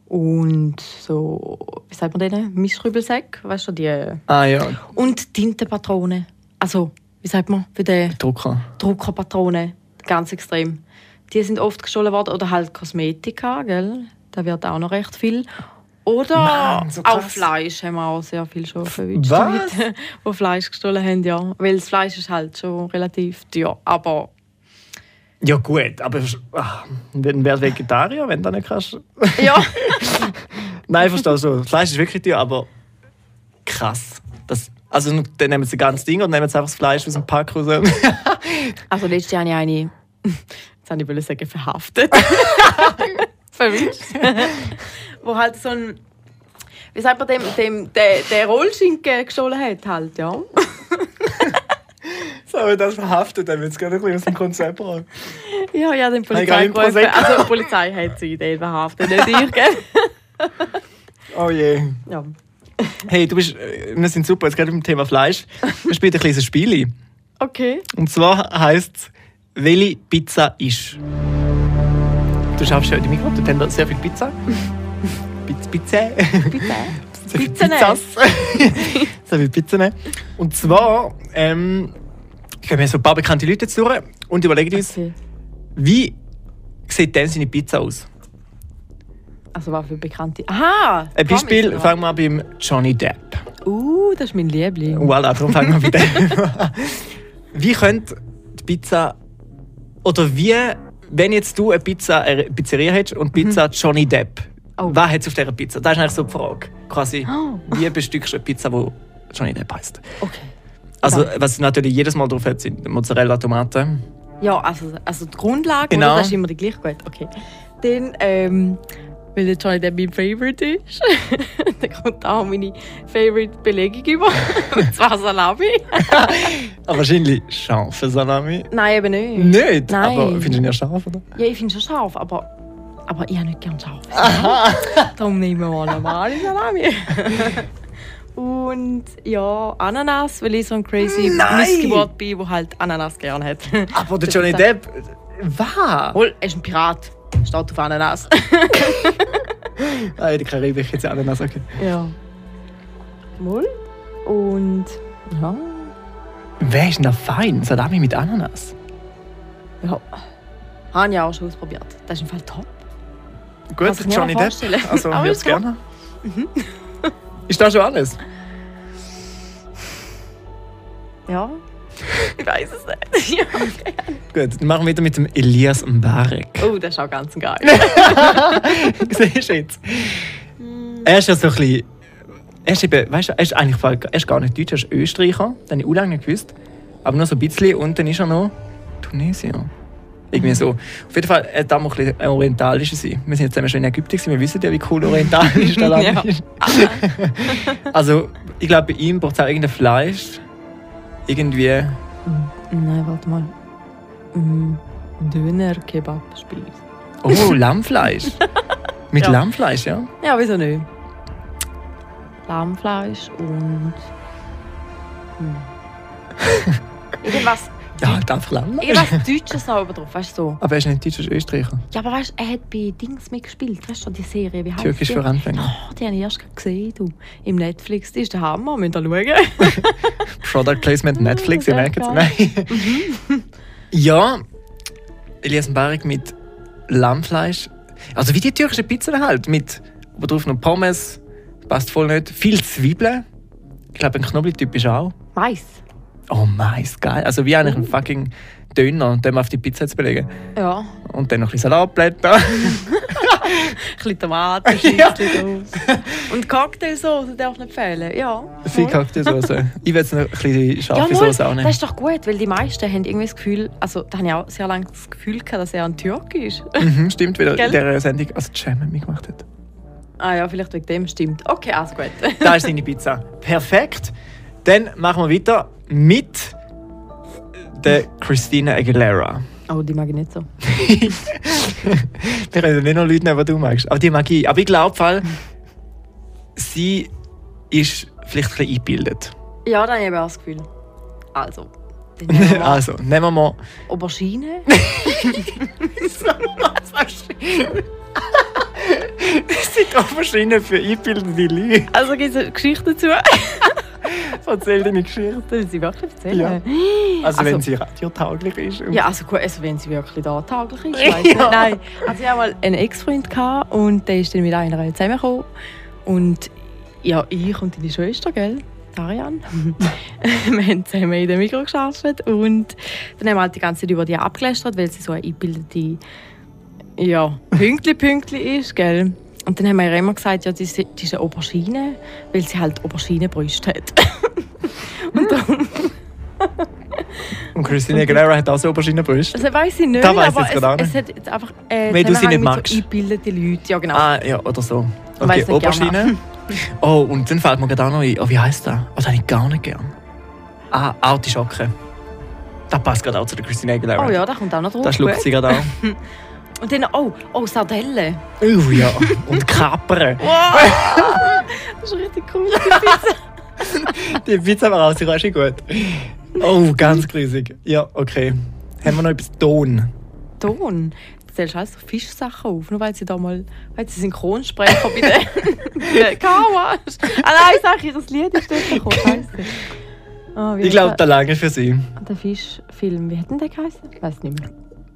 Speaker 2: und so, wie sagt man denen? Mischrübelsäcke, weißt du, die...
Speaker 1: Ah ja,
Speaker 2: Und Tintenpatronen. Also, wie sagt man, für den
Speaker 1: Drucker.
Speaker 2: Druckerpatronen. Ganz extrem. Die sind oft gestohlen worden. Oder halt Kosmetika, gell? Da wird auch noch recht viel. Oder
Speaker 1: Mann, so
Speaker 2: auch
Speaker 1: krass.
Speaker 2: Fleisch haben wir auch sehr viel schon verwischt.
Speaker 1: Was?
Speaker 2: damit, Wo Fleisch gestohlen haben, ja. Weil das Fleisch ist halt schon relativ teuer. Aber
Speaker 1: Ja gut, aber ah, ach, dann wärst du Vegetarier, wenn du nicht kannst.
Speaker 2: ja,
Speaker 1: Nein, verstehe schon. Fleisch ist wirklich teuer, aber krass. Das, also dann nehmen sie das ganze Ding und nehmen sie einfach das Fleisch aus dem Pack raus.
Speaker 2: also letztes Jahr habe ich eine, jetzt habe ich wollte sagen, verhaftet. verwischt. Wo halt so ein, wie sagt man dem, dem der, der Rollschinken gestohlen hat halt, ja.
Speaker 1: so, wenn das verhaftet, dann wird es gar nicht aus dem Konzept raus.
Speaker 2: Ja, ja,
Speaker 1: Nein,
Speaker 2: den Polizei
Speaker 1: ich glaube, im
Speaker 2: gerufen.
Speaker 1: Prosecco.
Speaker 2: Also die Polizei hat sie den verhaftet, nicht ich, gell?
Speaker 1: Oh je.
Speaker 2: Ja.
Speaker 1: Hey, du bist, äh, wir sind super, jetzt gerade beim Thema Fleisch. Wir spielen ein kleines Spiel.
Speaker 2: Okay.
Speaker 1: Und zwar heisst es, welche Pizza ist. Du schaffst ja heute Mikro, du hast sehr viel Pizza. Piz- Pizza.
Speaker 2: Bitte.
Speaker 1: Sehr viel
Speaker 2: Pizzen.
Speaker 1: Pizzas. sehr viel Pizzen. Und zwar, ähm, ich habe mir so ein paar bekannte Leute jetzt durch und überlegen uns,
Speaker 2: Okay.
Speaker 1: wie sieht denn seine Pizza aus?
Speaker 2: Also war für bekannte. Aha!
Speaker 1: Ein Beispiel,
Speaker 2: Promis,
Speaker 1: fangen wir an beim Johnny Depp.
Speaker 2: Uh, das ist mein Liebling.
Speaker 1: Voilà, darum fangen wir bei dem an. Wie könnte die Pizza. Oder wie, wenn jetzt du eine Pizza, eine Pizzeria hättest und Pizza Johnny Depp,
Speaker 2: Mhm. Oh.
Speaker 1: was hättest du auf dieser Pizza? Das ist eigentlich so die Frage. Quasi,
Speaker 2: Oh.
Speaker 1: wie bestückst du eine Pizza, die Johnny Depp heißt?
Speaker 2: Okay.
Speaker 1: Also,
Speaker 2: Ja.
Speaker 1: was natürlich jedes Mal drauf hat, sind Mozzarella, Tomaten.
Speaker 2: Ja, also, also die Grundlage,
Speaker 1: Genau.
Speaker 2: oder? das ist immer die gleiche. Gut, okay. Dann, ähm, weil der Johnny Depp mein Favorite ist, dann kommt auch meine Favorite Belegung über. Und zwar Salami.
Speaker 1: Aber wahrscheinlich scharfe Salami.
Speaker 2: Nein, eben nicht.
Speaker 1: Nicht,
Speaker 2: Nein.
Speaker 1: aber findest du ihn ja scharf, oder?
Speaker 2: Ja, ich finde schon scharf, aber, aber ich habe nicht gern scharf. Darum nehmen wir mal normale Salami. Und ja, Ananas, weil ich so ein crazy
Speaker 1: Nein!
Speaker 2: Missgeburt bin, der halt Ananas gern hat.
Speaker 1: Aber der Johnny Depp, äh, was?
Speaker 2: Obwohl, er ist ein Pirat. Steht auf Ananas.
Speaker 1: Ah, in der Karibik jetzt auch nicht mehr so okay.
Speaker 2: ja. Wohl. Und ja.
Speaker 1: Wer ist denn da fein? Salami mit Ananas?
Speaker 2: ja. Habe ich auch schon ausprobiert. Das ist im Fall top.
Speaker 1: Gut,
Speaker 2: Kannst du mir
Speaker 1: Johnny
Speaker 2: auch
Speaker 1: Depp.
Speaker 2: vorstellen.
Speaker 1: Also, ich
Speaker 2: Aber
Speaker 1: hab's
Speaker 2: ist gut. Mhm.
Speaker 1: gerne. Ist das schon alles?
Speaker 2: Ja. Ich weiß es nicht. ja, okay.
Speaker 1: Gut, dann machen wir weiter mit dem Elias Mbarek.
Speaker 2: Oh, das ist auch ganz geil.
Speaker 1: Siehst du jetzt?
Speaker 2: Mm.
Speaker 1: Er ist ja so ein bisschen. Er ist, eben, weißt du, er ist eigentlich voll, er ist gar nicht Deutsch, er ist Österreicher. Das habe ich auch lange nicht gewusst. Aber nur so ein bisschen. Und dann ist er noch Tunesier.
Speaker 2: Mm.
Speaker 1: Irgendwie so. Auf jeden Fall, er darf mal ein bisschen orientalischer sein. Wir sind jetzt zusammen schon in Ägypten, gewesen, wir wissen ja, wie cool orientalisch der Land
Speaker 2: Ja. Ah.
Speaker 1: ist. also, ich glaube, bei ihm braucht es auch irgendein Fleisch. Irgendwie.
Speaker 2: Nein, warte mal. Mm, Döner-Kebab-Spieß.
Speaker 1: Oh, Lammfleisch. Mit
Speaker 2: Ja.
Speaker 1: Lammfleisch, ja?
Speaker 2: Ja, wieso nicht? Lammfleisch und. Hm. irgendwas,
Speaker 1: Ja, halt einfach Lamm.
Speaker 2: irgendwas Deutsches noch oben drauf, weißt du? So.
Speaker 1: Aber er ist nicht Deutsch, er ist Österreicher.
Speaker 2: Ja, aber weißt du, er hat bei Dings mitgespielt, weißt du, die Serie, wie heißt
Speaker 1: Türkisch
Speaker 2: die?
Speaker 1: für Anfänger.
Speaker 2: Oh, die habe ich erst gesehen, du. Im Netflix, die ist der Hammer, müsst ihr schauen.
Speaker 1: Product
Speaker 2: Mm,
Speaker 1: Placement Netflix, ihr
Speaker 2: sehr
Speaker 1: merkt es.
Speaker 2: geil.
Speaker 1: Nein.
Speaker 2: Mhm.
Speaker 1: ja, Elias Mbarek mit Lammfleisch. Also wie die türkische Pizza halt, mit wo drauf noch Pommes, passt voll nicht. Viel Zwiebeln. Ich glaube, ein Knoblauchtyp ist auch.
Speaker 2: Weiss.
Speaker 1: Oh meins, geil. Also wie eigentlich ein
Speaker 2: Mhm.
Speaker 1: fucking Döner, den man auf die Pizza zu belegen.
Speaker 2: Ja,
Speaker 1: Und dann noch ein bisschen Salatblätter.
Speaker 2: ein bisschen Tomaten,
Speaker 1: Ja.
Speaker 2: ja. Und Cocktailsoße darf nicht fehlen, ja.
Speaker 1: Sie
Speaker 2: voll.
Speaker 1: kackt die Soße. Ich will jetzt noch ein bisschen
Speaker 2: Ja,
Speaker 1: scharfe
Speaker 2: mal, das
Speaker 1: Soße auch nehmen.
Speaker 2: ist doch gut, weil die meisten haben irgendwie das Gefühl, also da habe ich auch sehr lange das Gefühl gehabt, dass er ein Türke ist.
Speaker 1: Mhm, stimmt, wieder in
Speaker 2: Gell?
Speaker 1: dieser Sendung also als Jam mitgemacht hat.
Speaker 2: ah ja, vielleicht wegen dem stimmt. Okay, alles gut.
Speaker 1: Da ist seine Pizza. Perfekt. Dann machen wir weiter mit der Christina Aguilera.
Speaker 2: oh, die mag ich nicht so.
Speaker 1: Wir können nicht nur Leute nehmen, die du magst. Aber die mag ich. Aber ich glaube, Fall, sie ist vielleicht ein bisschen eingebildet.
Speaker 2: Ja, dann habe ich eben auch das Gefühl. Also, dann nehmen wir mal
Speaker 1: Also, nehmen wir mal.
Speaker 2: Aubergine.
Speaker 1: Das sind auch verschiedene für eingebildete Leute.
Speaker 2: Also gibt es eine Geschichte dazu?
Speaker 1: Erzähl deine Geschichte.
Speaker 2: Soll sie wirklich erzählen?
Speaker 1: Ja. Also, wenn
Speaker 2: Also-
Speaker 1: sie radiotauglich ist. und-
Speaker 2: Ja, also gut, also wenn sie wirklich da tauglich ist,
Speaker 1: Ja.
Speaker 2: weiss nicht. Nein, also ich hatte mal einen Ex-Freund gehabt und der ist dann mit einer zusammengekommen. Und ja, ich und deine Schwester, gell, Darian, wir haben zusammen in dem Mikro gearbeitet und dann haben wir halt die ganze Zeit über die abgelästert, weil sie so eine eingebildete, ja, Pünktli-Pünktli ist, gell. Und dann haben wir ihr immer gesagt, ja, die ist, die ist eine Aubergine, weil sie halt Auberginenbrüste hat. und darum,
Speaker 1: Und Christina Aguilera hat auch so Auberginenbrüste.
Speaker 2: Also weiß ich nicht,
Speaker 1: Da weiss ich
Speaker 2: aber
Speaker 1: jetzt gerade auch
Speaker 2: es, es hat jetzt einfach äh,
Speaker 1: Weil du sie
Speaker 2: Zusammenhang
Speaker 1: nicht
Speaker 2: mit
Speaker 1: magst.
Speaker 2: so eingebildeten Leuten. Ja, genau.
Speaker 1: Ah, ja, oder so. Okay,
Speaker 2: Weiss nicht
Speaker 1: Oberschiene. Oh, und dann fällt mir gerade auch noch ein. Oh, wie heisst der? Oh, den habe ich gar nicht gern. Ah, Artischocke. Das passt gerade auch zu der Christine Aguilera.
Speaker 2: Oh ja, da kommt auch noch drauf.
Speaker 1: Das schluckt
Speaker 2: gut.
Speaker 1: sie gerade auch.
Speaker 2: Und dann, oh, oh, Sardelle.
Speaker 1: Oh ja, und Kapern.
Speaker 2: Wow. das ist richtig cool.
Speaker 1: Die Pizza war auch, sie war schon gut. Oh, ganz grusig. Ja, okay. Haben wir noch etwas Ton?
Speaker 2: Ton. Du zählst halt so Fischsachen auf, nur weil sie da mal, weil sie Synchronsprecher bei der Kawa ist. Ah nein, sag ich, das Lied ist dort gekommen. Scheisse. Ah, wie
Speaker 1: Ich glaube,
Speaker 2: hat
Speaker 1: das lange für sie.
Speaker 2: der, der Fischfilm, wie hat denn der geheißen? Ich weiß nicht mehr.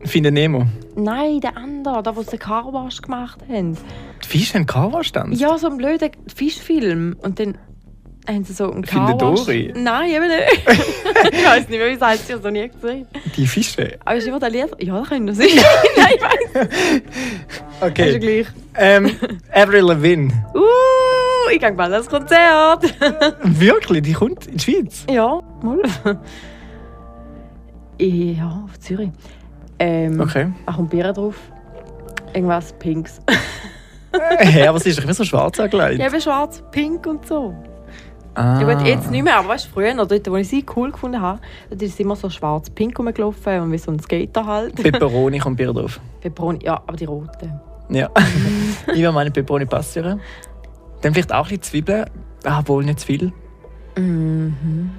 Speaker 1: Finde Nemo.
Speaker 2: Nein, der andere, da wo sie den Carwash gemacht haben.
Speaker 1: Die Fische haben Kawa-Stand.
Speaker 2: Ja, so einen blöden Fischfilm. Und dann haben sie so einen
Speaker 1: Finde
Speaker 2: Carwash-
Speaker 1: Dory.
Speaker 2: Nein, eben nicht. ich weiß nicht mehr, wie es heißt. Ich habe es noch nie gesehen.
Speaker 1: Die Fische.
Speaker 2: Aber ist immer der Lied? Ja, das kann ich noch sein. Nein, ich weiß. Ist ja
Speaker 1: Okay.
Speaker 2: gleich.
Speaker 1: Ähm, Avril Lavigne.
Speaker 2: Uh, ich gehe bald ans Konzert.
Speaker 1: Wirklich, die kommt in die Schweiz.
Speaker 2: ja, mal. ja, auf Zürich. Ähm,
Speaker 1: Okay.
Speaker 2: Ach, und Bier drauf. Irgendwas Pinks.
Speaker 1: Hä, aber sie ist doch immer so schwarz
Speaker 2: ja,
Speaker 1: angelegt.
Speaker 2: eben schwarz, pink und so.
Speaker 1: Ah.
Speaker 2: Ja gut, jetzt nicht mehr, aber weißt, du, früher, noch, dort, wo ich sie cool gefunden habe, dort ist sie immer so schwarz-pink rumgelaufen und wie so ein Skater halt.
Speaker 1: Peperoni kommt Bier drauf.
Speaker 2: Peperoni, ja, aber die roten.
Speaker 1: Ja.
Speaker 2: Mhm.
Speaker 1: ich will meine Peperoni passieren. Dann vielleicht auch ein bisschen Zwiebeln. Ah, wohl nicht zu viel.
Speaker 2: Mhm.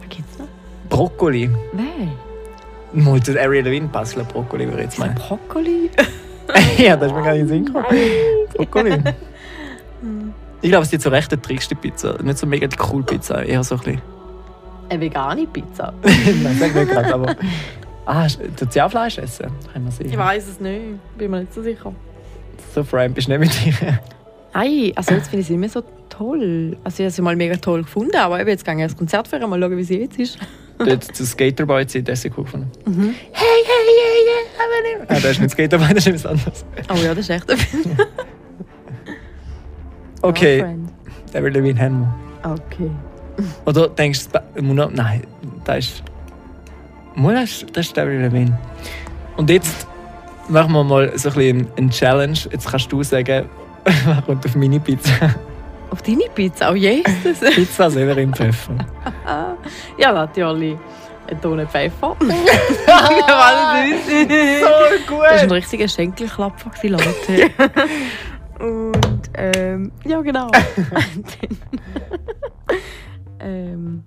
Speaker 2: Was gibt's noch?
Speaker 1: Brokkoli.
Speaker 2: Wer?
Speaker 1: Mal zu Ariel Levin passt glaub, Brokkoli, würde ich jetzt
Speaker 2: Ist ein
Speaker 1: meinen.
Speaker 2: Brokkoli?
Speaker 1: ja, das ist mir gar nicht in den Sinn gekommen. Brokkoli.
Speaker 2: Mhm.
Speaker 1: Ich glaube, es ist so recht die trickste Pizza. Nicht so mega die cool Pizza, eher so ein bisschen.
Speaker 2: Eine vegane Pizza?
Speaker 1: Nein, sag nicht gerade, aber. Ah, tut sie auch Fleisch essen? Kann man sehen.
Speaker 2: Ich weiß es nicht, bin mir nicht so sicher.
Speaker 1: So, Frank, bist du nicht mit dir?
Speaker 2: Nein, also jetzt finde ich sie immer so toll. Also ich habe sie mal mega toll gefunden, aber eben, jetzt gehe ich ans Konzert für mal schauen, wie sie jetzt ist.
Speaker 1: Dort der Skaterboy zu das ist cool gefunden. Hey, hey, yeah, yeah, aber nicht. Ah, das ist nicht Skaterboy, das ist etwas anderes.
Speaker 2: Oh ja, das ist echt
Speaker 1: Okay,
Speaker 2: Girlfriend.
Speaker 1: der will Levin haben wir.
Speaker 2: Okay.
Speaker 1: Oder denkst du, das muss noch- nein, das ist. Muss das, das ist David Levin. Und jetzt machen wir mal so ein bisschen eine Challenge. Jetzt kannst du sagen, wer kommt auf meine Pizza?
Speaker 2: Auf deine Pizza? Oh Jesus.
Speaker 1: Pizza selber im Pfeffer.
Speaker 2: Ja, natürlich. Ein Tonnen Pfeffer. Ja, alles ist.
Speaker 1: So gut!
Speaker 2: Das war ein richtiger Schenkelklapper, gewesen, Leute. Und ähm, ja, genau. ähm,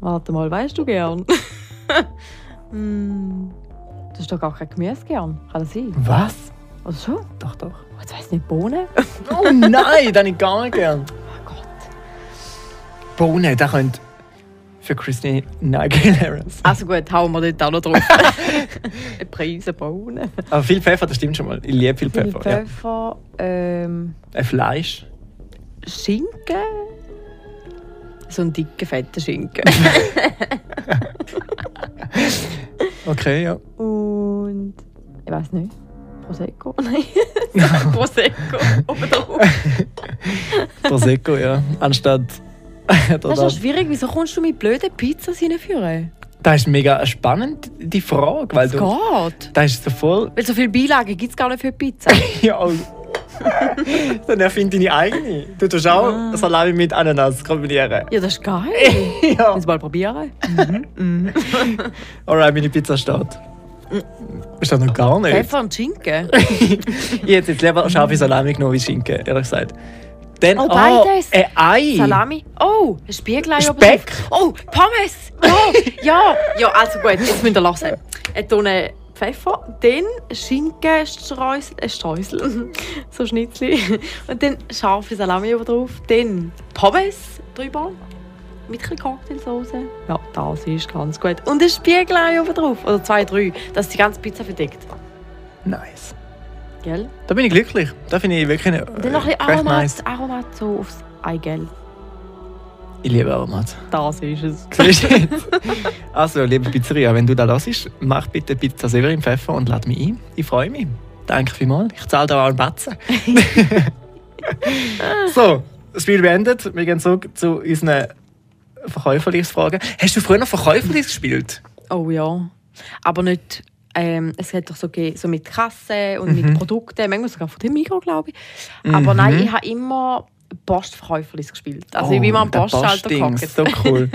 Speaker 2: warte mal, weißt du gern? Hm, du hast doch gar kein Gemüse gern. Kann das sein?
Speaker 1: Was?
Speaker 2: Oder schon?
Speaker 1: Doch, doch.
Speaker 2: Oh, Jetzt weiss ich nicht, Bohnen?
Speaker 1: Oh nein, das habe ich gar nicht gern.
Speaker 2: Oh Gott.
Speaker 1: Bohnen, das könnte für Christine Aguilera sein.
Speaker 2: Also gut, hauen wir dort auch noch drauf. Preise Bohnen.
Speaker 1: Aber viel Pfeffer, das stimmt schon mal. Ich liebe viel
Speaker 2: Viel
Speaker 1: Pfeffer. Ja.
Speaker 2: Pfeffer, ähm,
Speaker 1: Ein Fleisch.
Speaker 2: Schinken. So ein dicker, fetter Schinken.
Speaker 1: Okay, ja.
Speaker 2: Und ich weiß nicht. Prosecco? Nein. Prosecco. Oben drauf.
Speaker 1: Prosecco, ja. Anstatt.
Speaker 2: Das ist ja schwierig. Wieso kommst du mit blöden Pizzas hinführen?
Speaker 1: Das ist mega spannend, die Frage. Weil
Speaker 2: Es
Speaker 1: du,
Speaker 2: geht.
Speaker 1: das ist so voll.
Speaker 2: Weil so viele Beilagen gibt es gar nicht für Pizza.
Speaker 1: Ja, oh. Dann erfind deine eigene. Du tust auch
Speaker 2: Ah.
Speaker 1: Salami mit Ananas kombinieren.
Speaker 2: ja, das ist geil.
Speaker 1: Ja.
Speaker 2: Müssen wir mal probieren.
Speaker 1: Alright, meine Pizza steht.
Speaker 2: Mm.
Speaker 1: Ist das noch gar nicht.
Speaker 2: Pfeffer und Schinken.
Speaker 1: Ich hätte jetzt lieber scharfe Salami genommen wie Schinken, ehrlich gesagt. Dann, ah,
Speaker 2: Oh, beides.
Speaker 1: ein Ei.
Speaker 2: Salami. Oh, ein Spiegelei oben
Speaker 1: Speck.
Speaker 2: drauf. Oh, Pommes. Ja, ja. Ja, also gut, jetzt müsst ihr lassen. Äh, Eine Tonne Pfeffer, dann Schinken, Streusel, äh, Streusel, so Schnitzli. Und dann scharfe Salami oben drauf. Dann Pommes drüber. Mit ein bisschen Cocktailsauce. Ja, das ist ganz gut. Und ein Spiegelei oben drauf. Oder zwei, drei. Dass die ganze Pizza verdeckt.
Speaker 1: Nice.
Speaker 2: Gell?
Speaker 1: Da bin ich glücklich. Da finde ich wirklich eine, äh,
Speaker 2: Und dann noch ein bisschen
Speaker 1: recht
Speaker 2: Aromat, Aromat so aufs Eigelb.
Speaker 1: Ich liebe Aromat.
Speaker 2: Das ist es.
Speaker 1: Siehst du jetzt? also, liebe Pizzeria, wenn du da hörst, mach bitte Pizza Severin Pfeffer und lad mich ein. Ich freue mich. Danke vielmals. Ich zahle da auch einen Batzen. so, das Spiel beendet. Wir gehen zurück zu unseren Verkäuferlichsfragen. Hast du früher noch Verkäuferlichs gespielt?
Speaker 2: Oh ja. Aber nicht. Ähm, es hat doch so, gegeben, so mit Kassen und
Speaker 1: Mhm.
Speaker 2: mit Produkten, manchmal sogar von dem Mikro, glaube ich. Aber nein, ich habe immer Postverkäuferlis gespielt. Also ich bin immer am
Speaker 1: Oh, der
Speaker 2: Postschalter
Speaker 1: Postdings,
Speaker 2: gehockt.
Speaker 1: So cool.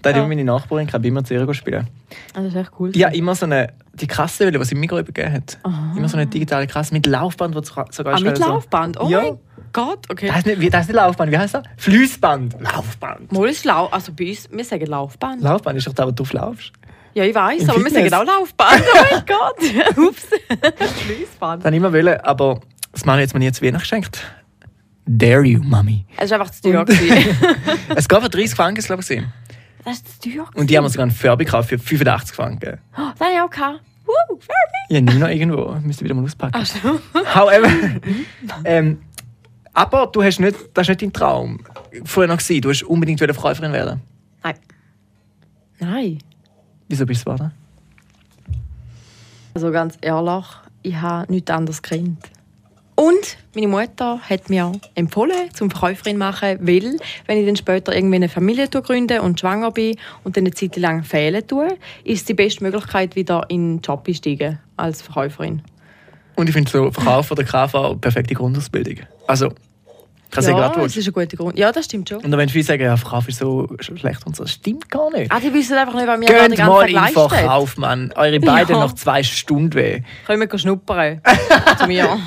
Speaker 1: Da hat
Speaker 2: Ja.
Speaker 1: immer meine Nachbarin kann immer zu ihr spielen.
Speaker 2: Das ist echt cool.
Speaker 1: Ja, immer so eine die Kasse, die sie im Mikro übergeben hat.
Speaker 2: Aha.
Speaker 1: Immer so eine digitale Kasse mit Laufband, wo du sogar
Speaker 2: ah, mit
Speaker 1: schnell so-
Speaker 2: Laufband. Oh
Speaker 1: also. Ja.
Speaker 2: mein Gott, okay.
Speaker 1: Das ist nicht, wie- das ist nicht Laufband, wie heißt das? Fließband. Laufband.
Speaker 2: Mal ist Lau also bei uns, wir sagen Laufband.
Speaker 1: Laufband ist doch da, wo du laufst.
Speaker 2: ja, ich weiß,
Speaker 1: Im
Speaker 2: aber wir
Speaker 1: Fitness.
Speaker 2: sagen auch Laufband. Oh mein Gott. Ups. Fließband.
Speaker 1: Dann immer wollen, aber das Mann jetzt mir nie zu Weihnachten geschenkt. Dare you, Mami.
Speaker 2: Es war einfach zu teuer. gewesen.
Speaker 1: Es gab für 30 Franken, glaube ich.
Speaker 2: das ist zu teuer.
Speaker 1: Und die haben mir sogar einen Furby gekauft für 85 Franken.
Speaker 2: Oh, das hatte ich auch. gehabt. Woo, Furby.
Speaker 1: Ja, nie noch irgendwo. Müsste wieder mal auspacken.
Speaker 2: Ach so.
Speaker 1: However. ähm, aber du hast nicht, das ist nicht dein Traum. Vorher noch gesehen, du hast unbedingt wieder Verkäuferin werden.
Speaker 2: Nein. Nein.
Speaker 1: Wieso bist du es geworden?
Speaker 2: Also ganz ehrlich, ich habe nichts anderes gekannt. Und meine Mutter hat mir empfohlen, zum Verkäuferin zu machen, weil, wenn ich dann später irgendwie eine Familie gründe und schwanger bin und dann eine Zeit lang fehlen tue, ist die beste Möglichkeit, wieder in den Job einsteigen als Verkäuferin.
Speaker 1: Und ich finde so Verkauf oder KV perfekte Grundausbildung. Also, kannst du ja
Speaker 2: ja,
Speaker 1: gerade
Speaker 2: das ist ein guter Grund. Ja, das stimmt schon.
Speaker 1: Und dann wenn viele sagen, ja, Verkauf ist so schlecht und so, das stimmt gar nicht.
Speaker 2: Ah, die wissen einfach nicht, was wir da den
Speaker 1: Geht
Speaker 2: ganzen
Speaker 1: mal
Speaker 2: Tag
Speaker 1: in den
Speaker 2: leisten.
Speaker 1: Verkauf, Mann. Eure beiden
Speaker 2: Ja.
Speaker 1: noch zwei Stunden weh.
Speaker 2: Können wir schnuppern? zu mir.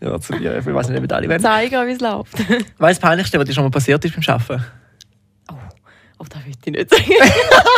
Speaker 1: Ja, zu dir. Ich weiß nicht, ob alle werden.
Speaker 2: Zeigen, wie es läuft.
Speaker 1: Was ist das Peinlichste, was dir schon mal passiert ist beim Arbeiten?
Speaker 2: Oh, Aber das will ich nicht sagen.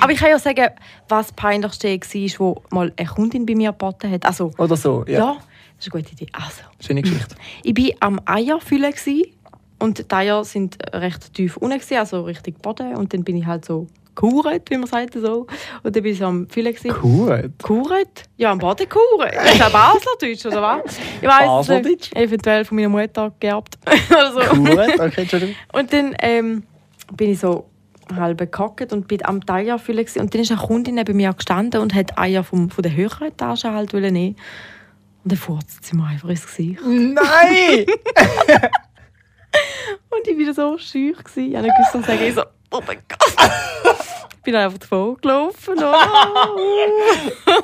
Speaker 2: Aber ich kann ja sagen, was das Peinlichste war, wo mal eine Kundin bei mir geboten hat. Also,
Speaker 1: Oder so?
Speaker 2: ja.
Speaker 1: Ja.
Speaker 2: das ist eine gute Idee. Also,
Speaker 1: Schöne Geschichte.
Speaker 2: ich war am Eierfüllen gsi und die Eier sind recht tief unten, gsi, also richtig Boden. Und dann bin ich halt so gekuret, wie man sagt. So. Und dann bin ich so am Füllen. gsi.
Speaker 1: Gut.
Speaker 2: Kuret? Ja, am Boden kuret. Ist das Baslerdeutsch oder was? Ich weiß es
Speaker 1: Baslerdeutsch?
Speaker 2: nicht. Eventuell von meiner Mutter geerbt. oder so.
Speaker 1: Gut, okay, Entschuldigung.
Speaker 2: Und dann ähm, bin ich so halb gehockt und bin am Teil erfüllen gewesen. Und dann ist eine Kundin neben mir gestanden und hat Eier vom, von der höheren Etage halt wollen nehmen. Und dann furzt sie mir einfach ins Gesicht.
Speaker 1: Nein!
Speaker 2: Und ich war so scheu. Gewesen. Ich habe nicht gewusst, was ich sagen soll. Ich so, oh mein Gott. Ich bin einfach davon gelaufen. Oh.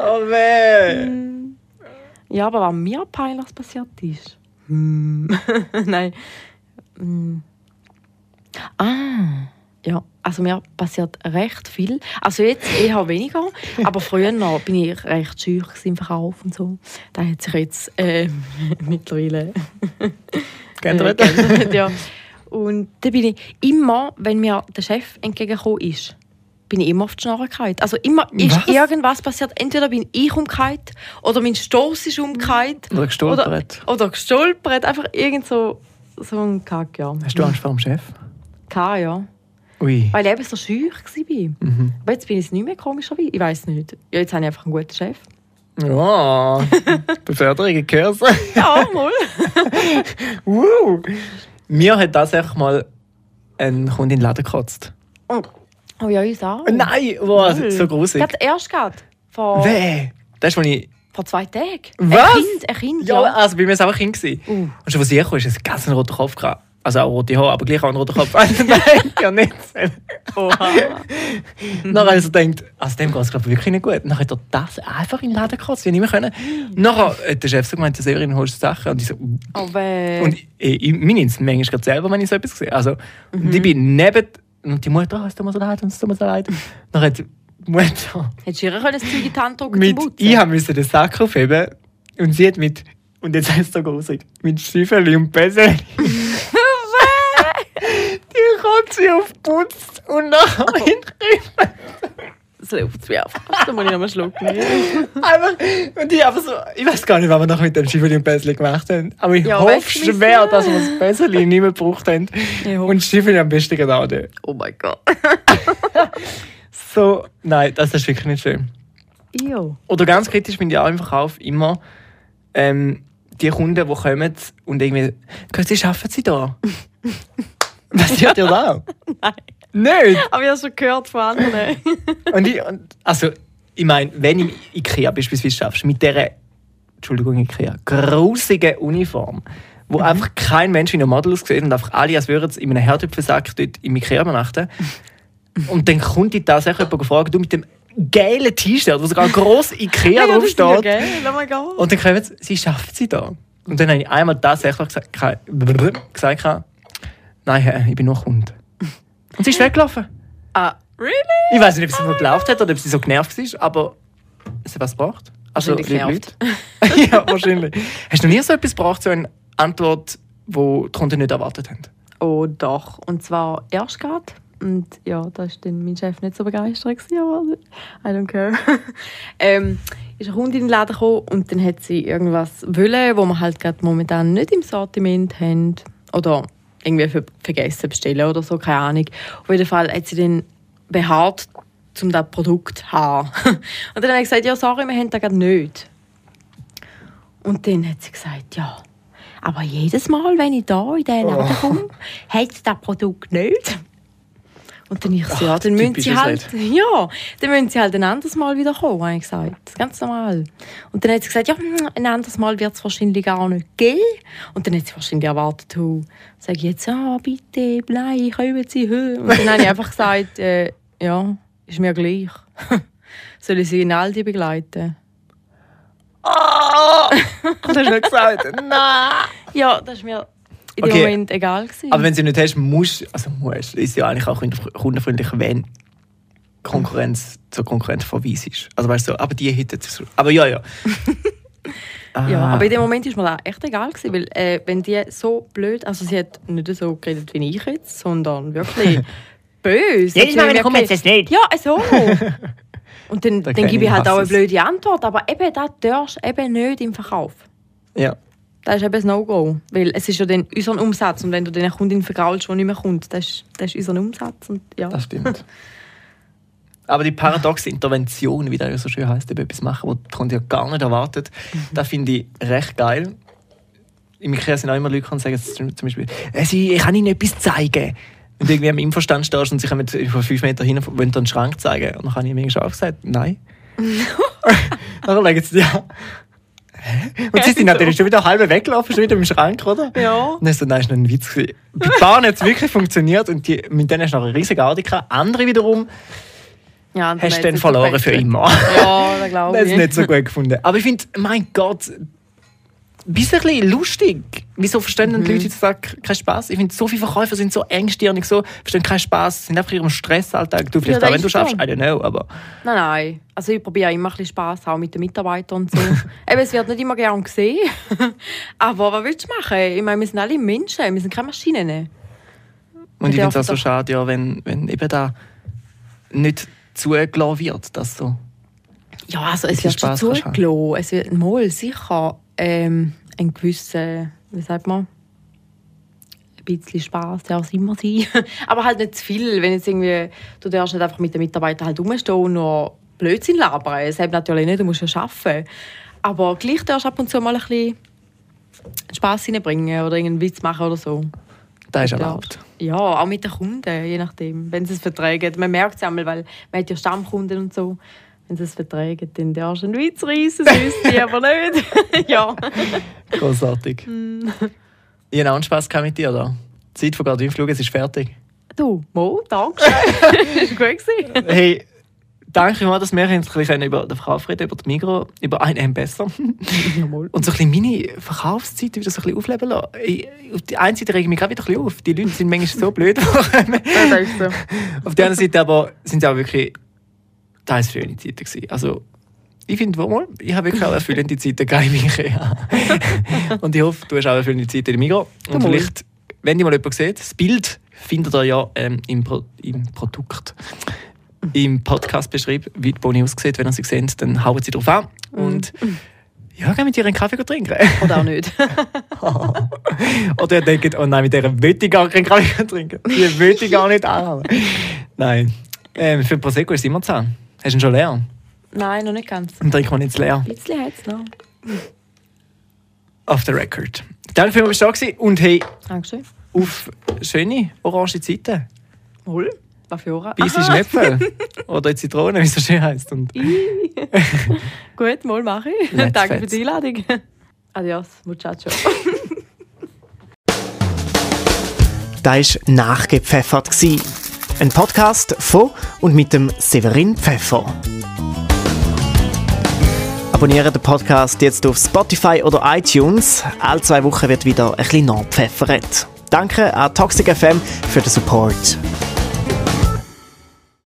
Speaker 1: Oh weh!
Speaker 2: Ja, aber was mir peinlich passiert ist. Hm. Nein. Hm. Ah. ja, also mir passiert recht viel. Also jetzt eher weniger, aber früher noch bin ich recht schüch gewesen im Verkauf und so. Da hat sich jetzt äh, mittlerweile
Speaker 1: Geändert.
Speaker 2: Äh, geändert, ja. Und dann bin ich immer, wenn mir der Chef entgegengekommen ist, bin ich immer auf die Schnarre gefallen. Also immer ist
Speaker 1: Was?
Speaker 2: irgendwas passiert. Entweder bin ich umgefallen oder mein Stoß ist umgefallen.
Speaker 1: Oder gestolpert.
Speaker 2: Oder, oder gestolpert. Einfach irgend so, so ein Kack, ja.
Speaker 1: Hast du Angst vor dem Chef?
Speaker 2: K, ja.
Speaker 1: Ui.
Speaker 2: Weil ich eben so schüch war.
Speaker 1: Mhm.
Speaker 2: Aber jetzt bin ich es nicht mehr komischerweise. Ich weiß nicht. Ja, jetzt habe ich einfach einen guten Chef.
Speaker 1: Ja, Beförderung gehört.
Speaker 2: Ja, mal.
Speaker 1: Wow. Mir hat tatsächlich mal ein Kunde in den Laden gekotzt.
Speaker 2: oh ja, uns auch.
Speaker 1: Nein, wow,
Speaker 2: Null.
Speaker 1: so grusig.
Speaker 2: Gerade erst gerade. Vor,
Speaker 1: Weh. Das ist, wo ich...
Speaker 2: vor zwei Tagen.
Speaker 1: Was?
Speaker 2: Ein Kind, ein Kind,
Speaker 1: Ja,
Speaker 2: ja.
Speaker 1: also bei mir war es einfach ein Kind. gewesen.
Speaker 2: Uh.
Speaker 1: Und schon als ich kam, ist es ganz ein roter Kopf. Gehabt. Also auch rote Haare, aber gleich auch ein roter Kopf. Also Nein, ja nicht.
Speaker 2: Oha.
Speaker 1: Nachher habe ich so gedacht, also dem geht es glaub ich, wirklich nicht gut. Nachher hat er das einfach in den Laden gekotzt, wie nicht mehr können. Nachher hat der Chef so gemeint, ja, Severin, holst du Sachen? Und ich so,
Speaker 2: Aber. äh,
Speaker 1: Und ich, ich, mir nimmt es manchmal grad selber, wenn ich so etwas sehe. Also,
Speaker 2: Mhm.
Speaker 1: und ich bin neben... Und die Mutter, oh, es tut mir so leid, und es tut mir so leid. Dann hat die Mutter
Speaker 2: Hättest du ihr können das Zeug in die Hand drücken zum
Speaker 1: mit...
Speaker 2: Putzen?
Speaker 1: Ich musste den Sack aufheben und sie hat mit... Und jetzt heißt es so gruselig. Mit Stiefel und Pässe. die hat sie aufgeputzt und nachher in den Kübel.
Speaker 2: Oh. Das läuft mir einfach. Da muss ich nochmal schlucken.
Speaker 1: Einfach, und ich einfach so, ich weiß gar nicht, was wir noch mit dem Schiffeli und Päsli gemacht haben. Aber ich
Speaker 2: Ja,
Speaker 1: hoffe
Speaker 2: weggeschmissen.
Speaker 1: schwer, dass wir das Päsli nicht mehr gebraucht haben.
Speaker 2: Ich hoffe.
Speaker 1: Und Schiffeli am besten genau dort.
Speaker 2: Oh mein Gott.
Speaker 1: So, nein, das ist wirklich nicht schön.
Speaker 2: Jo.
Speaker 1: Oder ganz kritisch bin ich auch im Verkauf immer ähm, die Kunden, die kommen und irgendwie «Können Sie, arbeiten Sie da?» Was hört ihr da? Nein. Nicht?
Speaker 2: Aber ich habe schon gehört von anderen.
Speaker 1: Und ich, und, also, ich meine, wenn du im Ikea beispielsweise arbeitest, mit dieser, Entschuldigung, Ikea, grusigen Uniform,
Speaker 2: Mhm.
Speaker 1: wo einfach kein Mensch in einem Model aussieht und einfach alle, als würden sie in einem Herdöpfelsack dort im Ikea übernachten. Und dann kommt die tatsächlich jemand gefragt, du mit dem geilen T-Shirt, wo sogar gross Ikea
Speaker 2: das ist ja
Speaker 1: draufsteht.
Speaker 2: geil. Oh mein Gott.
Speaker 1: Und dann kommen sie, sie schafft sie da. Und dann habe ich einmal tatsächlich gesagt, ke- brr- gesagt ke- nein, äh, ich bin nur Kunde. Und sie ist weggelaufen.
Speaker 2: Ah, really?
Speaker 1: Ich weiß nicht, ob sie nur gelaufen hat oder ob sie so genervt war, aber es hat was gebracht. Also,
Speaker 2: Wahrscheinlich
Speaker 1: liebe Leute. ja, wahrscheinlich. Hast du noch nie so etwas gebracht, so eine Antwort, die die Kunden nicht erwartet haben?
Speaker 2: Oh doch. Und zwar erst gerade. Und ja, da war dann mein Chef nicht so begeistert. Gewesen, aber I don't care. ähm, ist eine Kundin in den Laden gekommen und dann hat sie irgendwas wollen, wo wir halt gerade momentan nicht im Sortiment haben. Oder irgendwie ver vergessen bestellen oder so, keine Ahnung. Auf jeden Fall hat sie dann beharrt, um das Produkt zu haben. und dann habe ich gesagt, ja sorry, wir haben das gerade nicht. Und dann hat sie gesagt, ja, aber jedes Mal, wenn ich da in diesen Laden komme, hat sie das Produkt nicht. Und dann ich so, ja, dann müssen sie
Speaker 1: typisches
Speaker 2: halt, ja, dann müssen sie halt ein anderes Mal wieder kommen, habe ich gesagt. Das ist ganz normal. Und dann hat sie gesagt, ja, hm, ein anderes Mal wird es wahrscheinlich gar nicht geben. Und dann hat sie wahrscheinlich erwartet, oh, sage ich jetzt, ja, bitte, nein, kommen Sie höher. Und dann habe ich einfach gesagt, äh, ja, ist mir gleich. Soll ich sie in Aldi begleiten?
Speaker 1: Oh! Das hast du nicht gesagt. Nein!
Speaker 2: Ja, das ist mir in dem
Speaker 1: Okay.
Speaker 2: Moment egal. Gewesen.
Speaker 1: Aber wenn du sie nicht hast, musst also musst, ist ja eigentlich auch kundenfreundlich, wenn Konkurrenz zur Konkurrenz verweis ist. Also weißt du, so, aber die hätten zu- Aber ja, ja.
Speaker 2: ja,
Speaker 1: Ah.
Speaker 2: aber in dem Moment ist mir das echt egal, gewesen, weil äh, wenn die so blöd, also sie hat nicht so geredet wie ich jetzt, sondern wirklich böse.
Speaker 1: Jedes Mal, wenn ich
Speaker 2: Wirklich-
Speaker 1: komme, jetzt ist es nicht.
Speaker 2: Ja, äh, so. Und dann,
Speaker 1: Da
Speaker 2: dann
Speaker 1: kenn
Speaker 2: gebe
Speaker 1: ich
Speaker 2: ich halt auch eine
Speaker 1: Hasses.
Speaker 2: blöde Antwort, aber eben das darfst du eben nicht im Verkauf.
Speaker 1: ja.
Speaker 2: Das ist eben ein No-Go, weil es ist ja dann unser Umsatz und wenn du den Kundin vergraulst, die nicht mehr kommt, das ist, das ist unser Umsatz und ja.
Speaker 1: Das stimmt. Aber die paradoxe Intervention, wie das ja so schön heißt, eben etwas machen, was die Kunden ja gar nicht erwartet, das finde ich recht geil. Im Ikea sind auch immer Leute, die sagen zum zum Beispiel, «Äh, sie, ich kann ihnen etwas zeigen. Und irgendwie am Infostand stehst und sie kommen über fünf Meter hin und wollen dir einen Schrank zeigen. Und dann habe ich mir schon gesagt, nein. dann legen sie ja. Und sie sind natürlich schon wieder halb weggelaufen, schon wieder im Schrank, oder?
Speaker 2: Ja.
Speaker 1: Und dann so, nein, ist noch ein Witz. gewesen. Bei ein paar hat es wirklich funktioniert und die, mit denen hast du noch eine riesige Audi gehabt. Andere wiederum
Speaker 2: ja und
Speaker 1: hast du
Speaker 2: hat
Speaker 1: dann
Speaker 2: sie
Speaker 1: verloren für
Speaker 2: gewechselt.
Speaker 1: immer.
Speaker 2: Ja, das glaube
Speaker 1: Das
Speaker 2: ich.
Speaker 1: ist nicht so gut gefunden. Aber ich finde, mein Gott, bist ein bisschen lustig. Wieso verstehen
Speaker 2: Mhm.
Speaker 1: denn die Leute heutzutage keinen Spass? Ich finde, so viele Verkäufer sind so engstirnig, so verstehen keinen Spass, sind einfach in ihrem Stressalltag. Du vielleicht
Speaker 2: das
Speaker 1: auch, wenn du
Speaker 2: ist so.
Speaker 1: schaffst, I don't know, aber
Speaker 2: Nein, nein. Also ich probiere immer ein bisschen Spass, auch mit den Mitarbeitern und so. Eben, es wird nicht immer gern gesehen. Aber was willst du machen? Ich meine, wir sind alle Menschen, wir sind keine Maschinen.
Speaker 1: Und ich
Speaker 2: Wir
Speaker 1: finde es auch
Speaker 2: dürfen
Speaker 1: so
Speaker 2: doch-
Speaker 1: schade, ja, wenn, wenn eben da nicht zugelassen wird, dass so.
Speaker 2: Ja, also
Speaker 1: Wie
Speaker 2: es
Speaker 1: viel
Speaker 2: wird schon
Speaker 1: Spass kannst du haben?
Speaker 2: zugelassen. Es wird mal sicher ähm, ein gewisser, wie sagt man, ein bisschen Spass, ja, es immer sein. Aber halt nicht zu viel, wenn jetzt irgendwie, du darfst halt einfach mit den Mitarbeitern halt rumstehen und nur Blödsinn labern. Es hat natürlich nicht, du musst ja arbeiten. Aber gleich darfst du ab und zu mal ein bisschen Spass reinbringen oder irgendeinen Witz machen oder so.
Speaker 1: Da ist
Speaker 2: Ja.
Speaker 1: erlaubt.
Speaker 2: Ja, auch mit den Kunden, je nachdem, wenn sie es verträgen. Man merkt es einmal, weil man hat ja Stammkunden und so. Wenn sie es verträgen, dann darfst du einen Witz reissen, sonst die aber nicht. ja.
Speaker 1: Großartig. ich habe auch einen Spass gehabt mit dir, oder? Die Zeit vergeht wie im Flug, es ist fertig.
Speaker 2: Du, Mo, danke schön. Ist gut gewesen.
Speaker 1: Hey, danke mal, dass wir ein bisschen über den Verkauf reden, über die Migro, über ein M besser.
Speaker 2: Jawohl.
Speaker 1: Und so ein bisschen meine Verkaufszeit wieder so ein bisschen aufleben lassen. Ich, auf die einen Seite rege ich mich gerade wieder ein bisschen auf. Die Leute sind manchmal so blöd.
Speaker 2: Ja, das äh, ist so.
Speaker 1: Auf der anderen Seite aber sind es auch wirklich teils schöne Zeiten gewesen. Also ich finde wohl, ich habe wirklich auch erfüllende Zeiten gehabt im Ikea. Und ich hoffe, du hast auch erfüllende Zeiten im Migros. Und
Speaker 2: Jawohl.
Speaker 1: vielleicht, wenn ihr mal jemand seht, das Bild findet ihr ja ähm, im, Pro im Produkt, im Podcast beschrieben, wie die Boni aussieht. Wenn ihr sie seht, dann hauen sie drauf an. Und ja, gehen mit ihr einen Kaffee trinken.
Speaker 2: Oder auch nicht.
Speaker 1: Oder ihr denkt, oh nein, mit dieser will ich gar keinen Kaffee trinken. Die will ich gar nicht anhaben. Nein. Ähm, für Prosecco ist es immer zu haben. Hast du ihn schon leer?
Speaker 2: Nein, noch nicht ganz. Ein
Speaker 1: Dann trinken wir ihn jetzt leer.
Speaker 2: bisschen hat es noch.
Speaker 1: Off the record. Danke vielmals, dass du da warst. Und hey,
Speaker 2: Dankeschön.
Speaker 1: auf schöne orange Zeiten.
Speaker 2: Wohl. Was für Ohren?
Speaker 1: Beiß ist
Speaker 2: Aha.
Speaker 1: Äpfel. Oder Zitrone, wie es so schön heisst. Und
Speaker 2: Gut, mal mache ich.
Speaker 1: Let's
Speaker 2: Danke für
Speaker 1: fetz.
Speaker 2: die Einladung. Adios, muchacho.
Speaker 3: Da ist nachgepfeffert gsi. Ein Podcast von und mit dem Severin Pfeffer. Abonniere den Podcast jetzt auf Spotify oder iTunes. Alle zwei Wochen wird wieder ein bisschen nachgepfeffert. Danke an Toxic FM für den Support.